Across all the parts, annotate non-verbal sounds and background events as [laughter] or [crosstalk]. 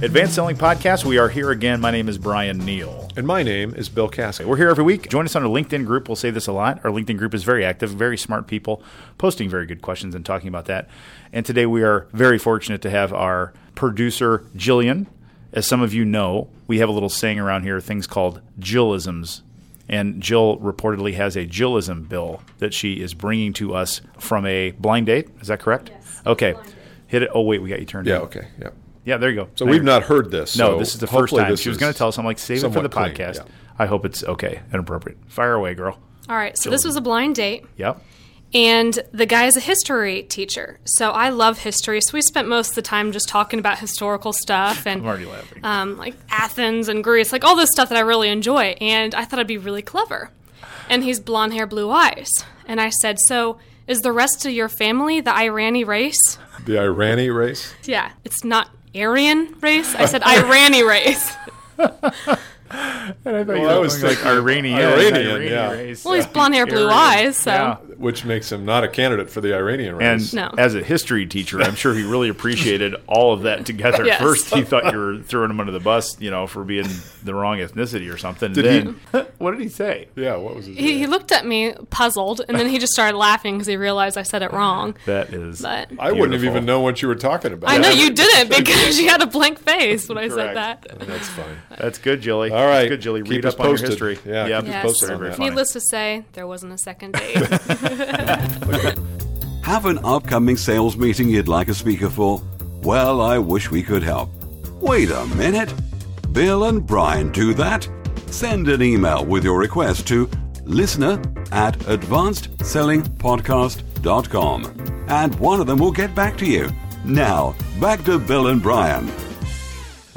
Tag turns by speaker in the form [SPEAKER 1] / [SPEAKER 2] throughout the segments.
[SPEAKER 1] Advanced Selling Podcast. We are here again. My name is Brian Neal.
[SPEAKER 2] And my name is Bill Cassick.
[SPEAKER 1] We're here every week. Join us on our LinkedIn group. We'll say this a lot. Our LinkedIn group is very active, very smart people, posting very good questions and talking about that. And today we are very fortunate to have our producer, Jillian. As some of you know, we have a little saying around here, things called Jillisms. And Jill reportedly has a Jillism bill that she is bringing to us from a blind date. Is that correct?
[SPEAKER 3] Yes,
[SPEAKER 1] Okay.
[SPEAKER 3] blind date.
[SPEAKER 1] Hit it. Oh, wait, we got you turned
[SPEAKER 2] Yeah,
[SPEAKER 1] in.
[SPEAKER 2] okay. Yeah.
[SPEAKER 1] Yeah, there you go.
[SPEAKER 2] So
[SPEAKER 1] Now
[SPEAKER 2] we've
[SPEAKER 1] you're-
[SPEAKER 2] not heard this.
[SPEAKER 1] no,
[SPEAKER 2] so
[SPEAKER 1] this is the first
[SPEAKER 2] hopefully
[SPEAKER 1] time
[SPEAKER 2] this
[SPEAKER 1] she was
[SPEAKER 2] is
[SPEAKER 1] going to tell us. I'm like, save it for the
[SPEAKER 2] somewhat clean,
[SPEAKER 1] podcast.
[SPEAKER 2] yeah.
[SPEAKER 1] I hope it's okay and appropriate. Fire away, girl.
[SPEAKER 3] All right, so this was a blind date,
[SPEAKER 1] Yep.
[SPEAKER 3] and the guy is a history teacher. So I love history, so we spent most of the time just talking about historical stuff and
[SPEAKER 1] I'm already laughing.
[SPEAKER 3] um, like Athens and Greece, like all this stuff that I really enjoy. And I thought I'd be really clever. And he's blonde hair, blue eyes. And I said, So is the rest of your family the Irani race?
[SPEAKER 2] The Irani race.
[SPEAKER 3] Yeah, it's not Aryan race. I said Irani race. [laughs]
[SPEAKER 1] and I thought
[SPEAKER 2] Well, I was
[SPEAKER 1] like
[SPEAKER 2] thinking
[SPEAKER 1] Iranian,
[SPEAKER 2] Iranian, yeah.
[SPEAKER 1] race.
[SPEAKER 3] Well, he's blonde hair, blue
[SPEAKER 1] Iranian.
[SPEAKER 3] eyes, so.
[SPEAKER 1] Yeah.
[SPEAKER 2] Which makes him not a candidate for the Iranian
[SPEAKER 1] And
[SPEAKER 2] race.
[SPEAKER 3] No.
[SPEAKER 1] as a history teacher, I'm sure he really appreciated all of that together.
[SPEAKER 3] Yes.
[SPEAKER 1] First, he thought you were throwing him under the bus, you know, for being the wrong ethnicity or something.
[SPEAKER 2] Did he-
[SPEAKER 1] then,
[SPEAKER 2] [laughs]
[SPEAKER 1] what did he say?
[SPEAKER 2] yeah, what was his
[SPEAKER 3] He,
[SPEAKER 2] name?
[SPEAKER 3] he looked at me puzzled, and then he just started laughing because he realized I said it wrong.
[SPEAKER 1] That is,
[SPEAKER 3] But
[SPEAKER 2] I wouldn't have
[SPEAKER 1] Beautiful.
[SPEAKER 2] even known what you were talking about.
[SPEAKER 3] I know you didn't because you had a blank face when I said that.
[SPEAKER 2] That's funny.
[SPEAKER 1] that's good, Jilly.
[SPEAKER 2] All right.
[SPEAKER 1] That's good, Jilly.
[SPEAKER 2] Keep
[SPEAKER 1] Read
[SPEAKER 2] us
[SPEAKER 1] up on your
[SPEAKER 2] posted.
[SPEAKER 1] history.
[SPEAKER 2] Yeah,
[SPEAKER 1] Yep.
[SPEAKER 2] keep us
[SPEAKER 3] Yes.
[SPEAKER 2] posted
[SPEAKER 1] Very,
[SPEAKER 2] on
[SPEAKER 1] very
[SPEAKER 2] that.
[SPEAKER 1] funny.
[SPEAKER 3] Needless to say, there wasn't a second date.
[SPEAKER 4] Have an upcoming sales meeting you'd like a speaker for? Well, I wish we could help. Wait a minute. Bill and Brian do that? Send an email with your request to listener at advancedsellingpodcast.com and one of them will get back to you. Now, back to Bill and Brian.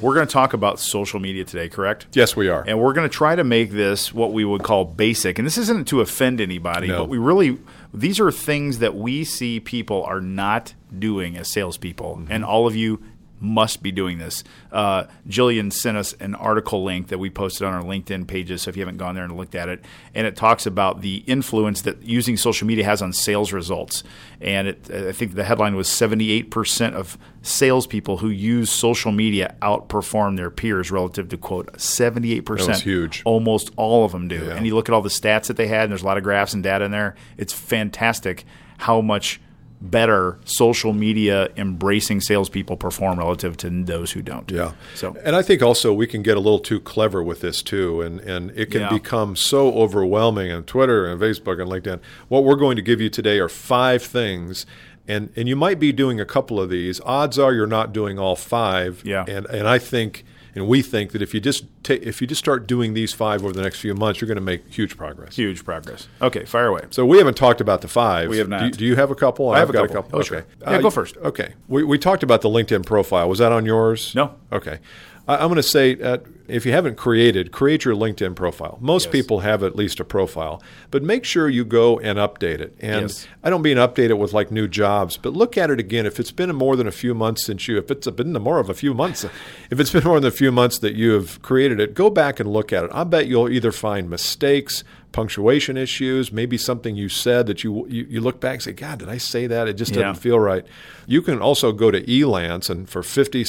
[SPEAKER 1] We're going to talk about social media today, correct?
[SPEAKER 2] Yes, we are.
[SPEAKER 1] And we're going to try to make this what we would call basic. And this isn't to offend anybody,
[SPEAKER 2] No.
[SPEAKER 1] but we really, these are things that we see people are not doing as salespeople.
[SPEAKER 2] Mm-hmm.
[SPEAKER 1] And all of you must be doing this. Uh, Jillian sent us an article link that we posted on our LinkedIn pages. So if you haven't gone there and looked at it, and it talks about the influence that using social media has on sales results. And it, I think the headline was 78% of salespeople who use social media outperform their peers relative to, quote, 78%.
[SPEAKER 2] That was huge.
[SPEAKER 1] Almost all of them do. And you look at all the stats that they had, and there's a lot of graphs and data in there. It's fantastic how much better social media embracing salespeople perform relative to those who don't.
[SPEAKER 2] Yeah.
[SPEAKER 1] So
[SPEAKER 2] and I think also we can get a little too clever with this too, and and it can
[SPEAKER 1] Yeah.
[SPEAKER 2] become so overwhelming on Twitter and Facebook and LinkedIn. What we're going to give you today are five things. And, and you might be doing a couple of these. Odds are you're not doing all five.
[SPEAKER 1] Yeah.
[SPEAKER 2] And and I think and we think that if you just ta- if you just start doing these five over the next few months, you're going to make huge progress.
[SPEAKER 1] huge progress. Okay, fire away.
[SPEAKER 2] So we haven't talked about the five.
[SPEAKER 1] We have
[SPEAKER 2] Do you-
[SPEAKER 1] not.
[SPEAKER 2] Do, you have a couple?
[SPEAKER 1] I have
[SPEAKER 2] I've
[SPEAKER 1] a
[SPEAKER 2] got
[SPEAKER 1] couple.
[SPEAKER 2] a couple.
[SPEAKER 1] Oh,
[SPEAKER 2] okay. Uh,
[SPEAKER 1] sure. Yeah, go first.
[SPEAKER 2] Okay. We, we talked about the LinkedIn profile. Was that on yours?
[SPEAKER 1] No.
[SPEAKER 2] Okay. I, I'm going to say uh, if you haven't created, create your LinkedIn profile. Most people have at least a profile, but make sure you go and update it. And
[SPEAKER 1] Yes.
[SPEAKER 2] I don't mean update it with like new jobs, but look at it again. If it's been more than a few months since you, if it's been more of a few months, if it's been more than a few months that you have created it, go back and look at it. I bet you'll either find mistakes, punctuation issues, maybe something you said that you you, you look back and say, God, did I say that? It just
[SPEAKER 1] Yeah.
[SPEAKER 2] doesn't feel right. You can also go to Elance and for 50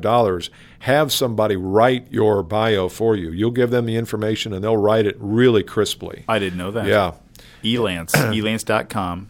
[SPEAKER 2] dollars, have somebody write your bio for you. You'll give them the information and they'll write it really crisply.
[SPEAKER 1] I didn't know that. E
[SPEAKER 2] yeah [clears throat]
[SPEAKER 1] Elance, elance.com.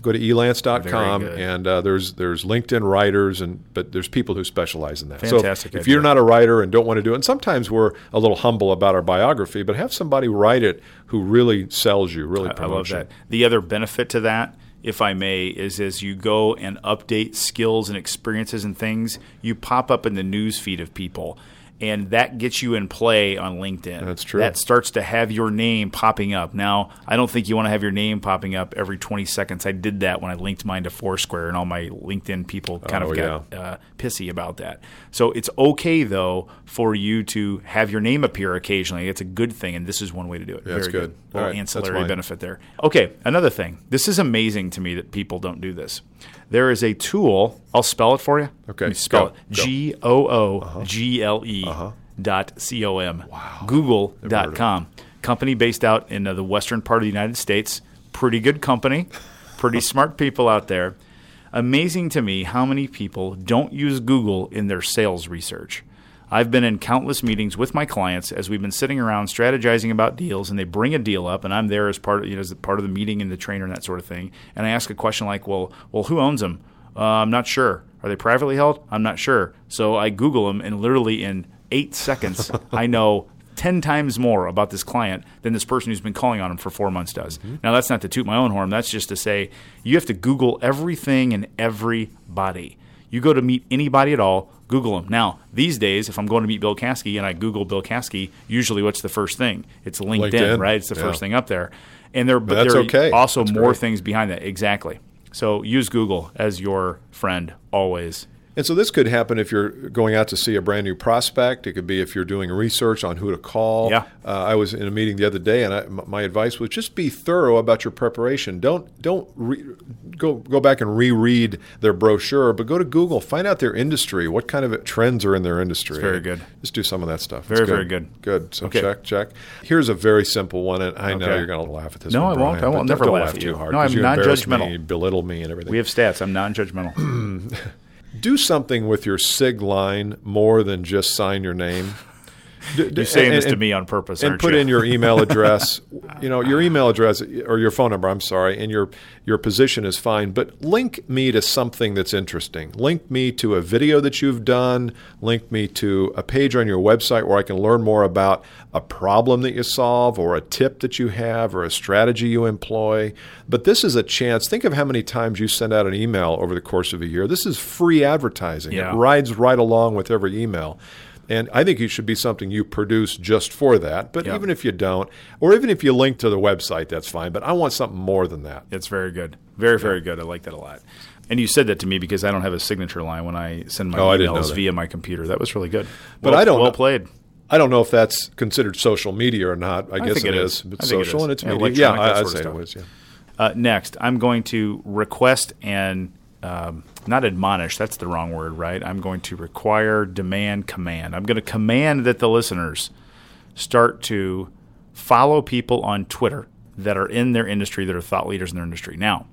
[SPEAKER 2] go to elance.com
[SPEAKER 1] Very good.
[SPEAKER 2] and uh, there's there's LinkedIn writers and but there's people who specialize in that.
[SPEAKER 1] Fantastic
[SPEAKER 2] So if
[SPEAKER 1] idea.
[SPEAKER 2] you're not a writer and don't want to do it, and sometimes we're a little humble about our biography, but have somebody write it who really sells you, really
[SPEAKER 1] I love
[SPEAKER 2] promotes
[SPEAKER 1] that.
[SPEAKER 2] you.
[SPEAKER 1] The other benefit to that, if I may, is as you go and update skills and experiences and things, you pop up in the news feed of people. And that gets you in play on LinkedIn.
[SPEAKER 2] That's true.
[SPEAKER 1] That starts to have your name popping up. Now, I don't think you want to have your name popping up every 20 seconds. I did that when I linked mine to Foursquare, and all my LinkedIn people kind
[SPEAKER 2] Oh,
[SPEAKER 1] of got uh, pissy about that. So it's okay, though, for you to have your name appear occasionally. It's a good thing, and this is one way to do it.
[SPEAKER 2] that's
[SPEAKER 1] Very
[SPEAKER 2] good. All
[SPEAKER 1] Little
[SPEAKER 2] right, that's
[SPEAKER 1] ancillary
[SPEAKER 2] mine.
[SPEAKER 1] benefit benefit there. Okay, another thing. This is amazing to me that people don't do this. There is a tool. I'll spell it for you.
[SPEAKER 2] Okay,
[SPEAKER 1] Let me spell
[SPEAKER 2] go,
[SPEAKER 1] it.
[SPEAKER 2] go. Uh-huh.
[SPEAKER 1] G O O G L E dot C O M. Google dot com. Company based out in
[SPEAKER 2] [laughs]
[SPEAKER 1] uh, the western part of the United States. Pretty good company. Pretty smart people out there. Amazing to me how many people don't use Google in their sales research. I've been in countless meetings with my clients as we've been sitting around strategizing about deals, and they bring a deal up, and I'm there as part of you know as part of the meeting and the trainer and that sort of thing. And I ask a question like, "Well, well, who owns them? Uh, I'm not sure. Are they privately held? I'm not sure." So I Google them, and literally in eight seconds, I know. 10 times more about this client than this person who's been calling on them for four months does. Now, that's not to toot my own horn. That's just to say you have to Google everything and everybody. You go to meet anybody at all, Google them. Now, these days, if I'm going to meet Bill Kasky and I Google Bill Kasky, usually what's the first thing? It's LinkedIn,
[SPEAKER 2] LinkedIn,
[SPEAKER 1] right? It's the
[SPEAKER 2] yeah.
[SPEAKER 1] first thing up there. And there, but
[SPEAKER 2] That's
[SPEAKER 1] there are
[SPEAKER 2] okay.
[SPEAKER 1] also
[SPEAKER 2] That's
[SPEAKER 1] more
[SPEAKER 2] great.
[SPEAKER 1] things behind that. Exactly. So use Google as your friend always.
[SPEAKER 2] And so this could happen if you're going out to see a brand new prospect. It could be if you're doing research on who to call.
[SPEAKER 1] Yeah.
[SPEAKER 2] Uh, I was in a meeting the other day, and I m my advice was just be thorough about your preparation. Don't don't re, go go back and reread their brochure, but go to Google, find out their industry, what kind of trends are in their industry.
[SPEAKER 1] very good.
[SPEAKER 2] Just do some of that stuff.
[SPEAKER 1] Very, very good.
[SPEAKER 2] Good. So
[SPEAKER 1] Okay.
[SPEAKER 2] check check. Here's a very simple one, and I know
[SPEAKER 1] Okay.
[SPEAKER 2] you're going to laugh at this.
[SPEAKER 1] No,
[SPEAKER 2] one,
[SPEAKER 1] I won't.
[SPEAKER 2] Brian,
[SPEAKER 1] I won't.
[SPEAKER 2] but don't-
[SPEAKER 1] Never
[SPEAKER 2] don't
[SPEAKER 1] laugh
[SPEAKER 2] laugh
[SPEAKER 1] at
[SPEAKER 2] too
[SPEAKER 1] you.
[SPEAKER 2] hard.
[SPEAKER 1] No,
[SPEAKER 2] 'cause
[SPEAKER 1] I'm
[SPEAKER 2] you embarrass
[SPEAKER 1] non-judgmental.
[SPEAKER 2] me, belittle me, and everything.
[SPEAKER 1] We have stats. I'm non
[SPEAKER 2] [clears throat]
[SPEAKER 1] judgmental.
[SPEAKER 2] do something with your sig line more than just sign
[SPEAKER 1] [laughs]
[SPEAKER 2] your name. D- d-
[SPEAKER 1] You're saying
[SPEAKER 2] and-
[SPEAKER 1] this to
[SPEAKER 2] and-
[SPEAKER 1] me on purpose,
[SPEAKER 2] And
[SPEAKER 1] aren't
[SPEAKER 2] put
[SPEAKER 1] you?
[SPEAKER 2] in
[SPEAKER 1] [laughs]
[SPEAKER 2] your email address. you know, your email address or your phone number, I'm sorry, and your your position is fine, but link me to something that's interesting. Link me to a video that you've done, link me to a page on your website where I can learn more about a problem that you solve or a tip that you have or a strategy you employ. But this is a chance. Think of how many times you send out an email over the course of a year. This is free advertising.
[SPEAKER 1] Yeah.
[SPEAKER 2] It rides right along with every email. And I think it should be something you produce just for that. But
[SPEAKER 1] Yeah.
[SPEAKER 2] even if you don't, or even if you link to the website, that's fine. But I want something more than that.
[SPEAKER 1] That's very good. Very, very good. I like that a lot. And you said that to me because I don't have a signature line when I send my
[SPEAKER 2] Oh, I didn't know
[SPEAKER 1] emails
[SPEAKER 2] that.
[SPEAKER 1] via my computer. That was really good.
[SPEAKER 2] But
[SPEAKER 1] Well-
[SPEAKER 2] I don't
[SPEAKER 1] Well
[SPEAKER 2] know-
[SPEAKER 1] played.
[SPEAKER 2] I don't know if that's considered social media or not. I, guess
[SPEAKER 1] think it is.
[SPEAKER 2] It's
[SPEAKER 1] I think it
[SPEAKER 2] social
[SPEAKER 1] is.
[SPEAKER 2] and it's
[SPEAKER 1] Yeah,
[SPEAKER 2] media.
[SPEAKER 1] electronic,
[SPEAKER 2] Yeah,
[SPEAKER 1] that
[SPEAKER 2] I, I'd
[SPEAKER 1] sort of
[SPEAKER 2] say it
[SPEAKER 1] stuff.
[SPEAKER 2] was. Yeah.
[SPEAKER 1] Uh, next, I'm going to request and um, not admonish. That's the wrong word, right? I'm going to require, demand, command. I'm going to command that the listeners start to follow people on Twitter that are in their industry, that are thought leaders in their industry. Now,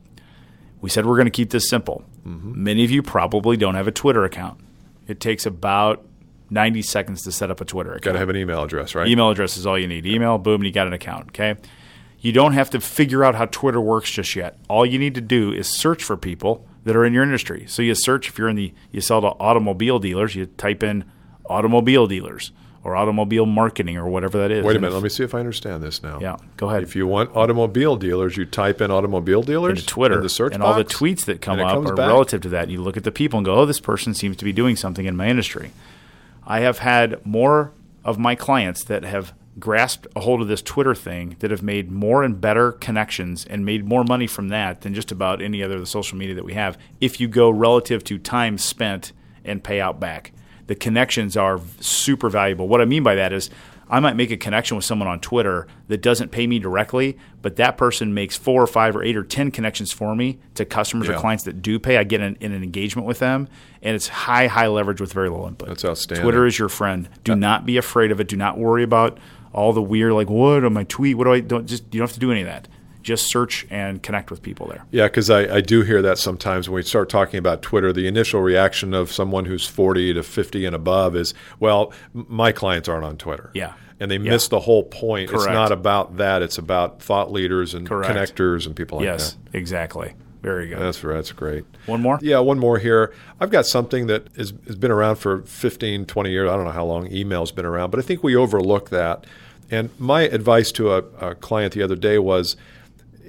[SPEAKER 1] we said we're going to keep this simple. Many of you probably don't have a Twitter account. It takes about 90 seconds to set up a Twitter account.
[SPEAKER 2] Got to have an email address, right?
[SPEAKER 1] Email address is all you need. Email, boom, and you got an account. Okay. You don't have to figure out how Twitter works just yet. All you need to do is search for people that are in your industry. So you search if you're in the you sell to automobile dealers, you type in automobile dealers or automobile marketing or whatever that is.
[SPEAKER 2] Wait a
[SPEAKER 1] And
[SPEAKER 2] minute. Let me see if I understand this now.
[SPEAKER 1] Yeah, go ahead.
[SPEAKER 2] If you want automobile dealers, you type in automobile dealers
[SPEAKER 1] into Twitter
[SPEAKER 2] in the search
[SPEAKER 1] and all the
[SPEAKER 2] box,
[SPEAKER 1] tweets that come
[SPEAKER 2] and it
[SPEAKER 1] up
[SPEAKER 2] comes
[SPEAKER 1] are
[SPEAKER 2] back.
[SPEAKER 1] relative to that. You look at the people and go, "Oh, this person seems to be doing something in my industry." I have had more of my clients that have grasped a hold of this Twitter thing that have made more and better connections and made more money from that than just about any other social media that we have. If you go relative to time spent and payout back, the connections are v- super valuable. What I mean by that is I might make a connection with someone on Twitter that doesn't pay me directly, but that person makes four or five or eight or 10 connections for me to customers or
[SPEAKER 2] Yeah.
[SPEAKER 1] clients that do pay. I get in, in an engagement with them, and it's high, high leverage with very little input.
[SPEAKER 2] That's outstanding. Uh,
[SPEAKER 1] Twitter is your friend. Do not be afraid of it. Do not worry about all the weird, like, what am I tweet? What do I don't just, you don't have to do any of that. Just search and connect with people there.
[SPEAKER 2] Yeah, because I, I do hear that sometimes when we start talking about Twitter, the initial reaction of someone who's 40 to 50 and above is, well, m- my clients aren't on Twitter.
[SPEAKER 1] Yeah.
[SPEAKER 2] And they miss the whole point. It's
[SPEAKER 1] Correct.
[SPEAKER 2] not about that. It's about thought leaders and
[SPEAKER 1] Correct.
[SPEAKER 2] connectors and people like
[SPEAKER 1] yes,
[SPEAKER 2] that.
[SPEAKER 1] exactly. Very good.
[SPEAKER 2] That's right. That's great.
[SPEAKER 1] One more?
[SPEAKER 2] Yeah, one more here. I've got something that is, has been around for 15, 20 years. I don't know how long email's been around, but I think we overlook that. And my advice to a, a client the other day was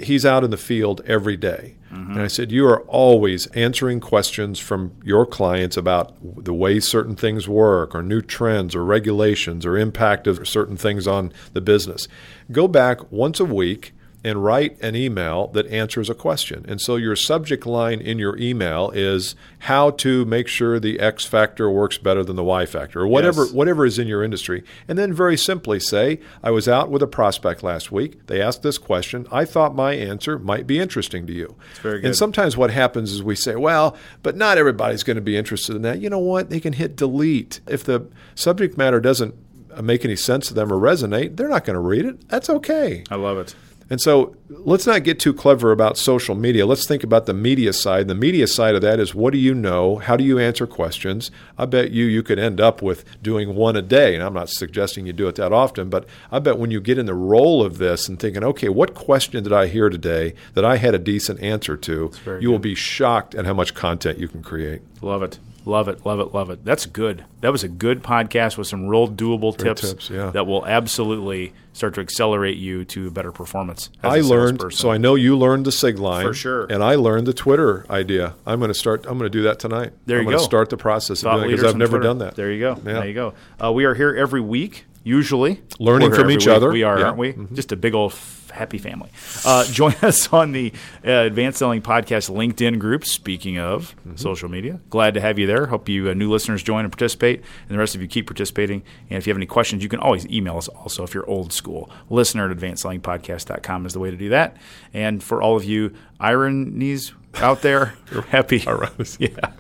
[SPEAKER 2] he's out in the field every day. And I said, You are always answering questions from your clients about w- the way certain things work, or new trends, or regulations, or impact of certain things on the business. Go back once a week and write an email that answers a question. And so your subject line in your email is how to make sure the X factor works better than the Y factor or whatever
[SPEAKER 1] Yes.
[SPEAKER 2] whatever is in your industry. And then very simply say, I was out with a prospect last week. They asked this question. I thought my answer might be interesting to you.
[SPEAKER 1] very good.
[SPEAKER 2] And sometimes what happens is we say, well, but not everybody's going to be interested in that. You know what? They can hit delete. If the subject matter doesn't uh, make any sense to them or resonate, they're not going to read it. That's okay.
[SPEAKER 1] I love it.
[SPEAKER 2] And so let's not get too clever about social media. Let's think about the media side. The media side of that is what do you know? How do you answer questions? I bet you you could end up with doing one a day. And I'm not suggesting you do it that often, but I bet when you get in the role of this and thinking, okay, what question did I hear today that I had a decent answer to? You will be shocked at how much content you can create.
[SPEAKER 1] Love it. Love it. Love it. Love it. That's good. That was a good podcast with some real doable tips,
[SPEAKER 2] tips, yeah.
[SPEAKER 1] that will absolutely start to accelerate you to better performance. as
[SPEAKER 2] I
[SPEAKER 1] a
[SPEAKER 2] learned,
[SPEAKER 1] salesperson.
[SPEAKER 2] so I know you learned the sig line
[SPEAKER 1] For sure.
[SPEAKER 2] and I learned the Twitter idea. I'm going to start. I'm going to do that tonight.
[SPEAKER 1] There
[SPEAKER 2] I'm
[SPEAKER 1] you
[SPEAKER 2] going
[SPEAKER 1] go.
[SPEAKER 2] to start the process of
[SPEAKER 1] Thought
[SPEAKER 2] doing because
[SPEAKER 1] leaders
[SPEAKER 2] I've
[SPEAKER 1] on
[SPEAKER 2] never
[SPEAKER 1] Twitter.
[SPEAKER 2] done that.
[SPEAKER 1] There you go.
[SPEAKER 2] Yeah.
[SPEAKER 1] There you go. Uh, we are here every week, usually
[SPEAKER 2] Learning
[SPEAKER 1] We're here
[SPEAKER 2] from
[SPEAKER 1] every
[SPEAKER 2] each
[SPEAKER 1] week.
[SPEAKER 2] other.
[SPEAKER 1] We are,
[SPEAKER 2] Yeah. Mm-hmm.
[SPEAKER 1] aren't we? Just a big old f- happy family. Uh, [laughs] join us on the uh, Advanced Selling Podcast LinkedIn group. Speaking of
[SPEAKER 2] Mm-hmm.
[SPEAKER 1] social media, glad to have you there. Hope you uh, new listeners join and participate, and the rest of you keep participating. And if you have any questions, you can always email us. Also, if you're old school, listener at advancedsellingpodcast.com is the way to do that. And for all of you ironies out
[SPEAKER 2] [laughs]
[SPEAKER 1] there, happy. [laughs] Yeah.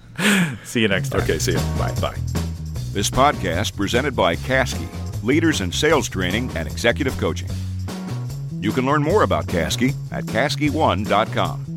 [SPEAKER 1] See you next time.
[SPEAKER 2] Okay. See you. Bye. Bye.
[SPEAKER 5] This podcast presented by Caskey, leaders in sales training and executive coaching. You can learn more about Caskey at caskeyone.com.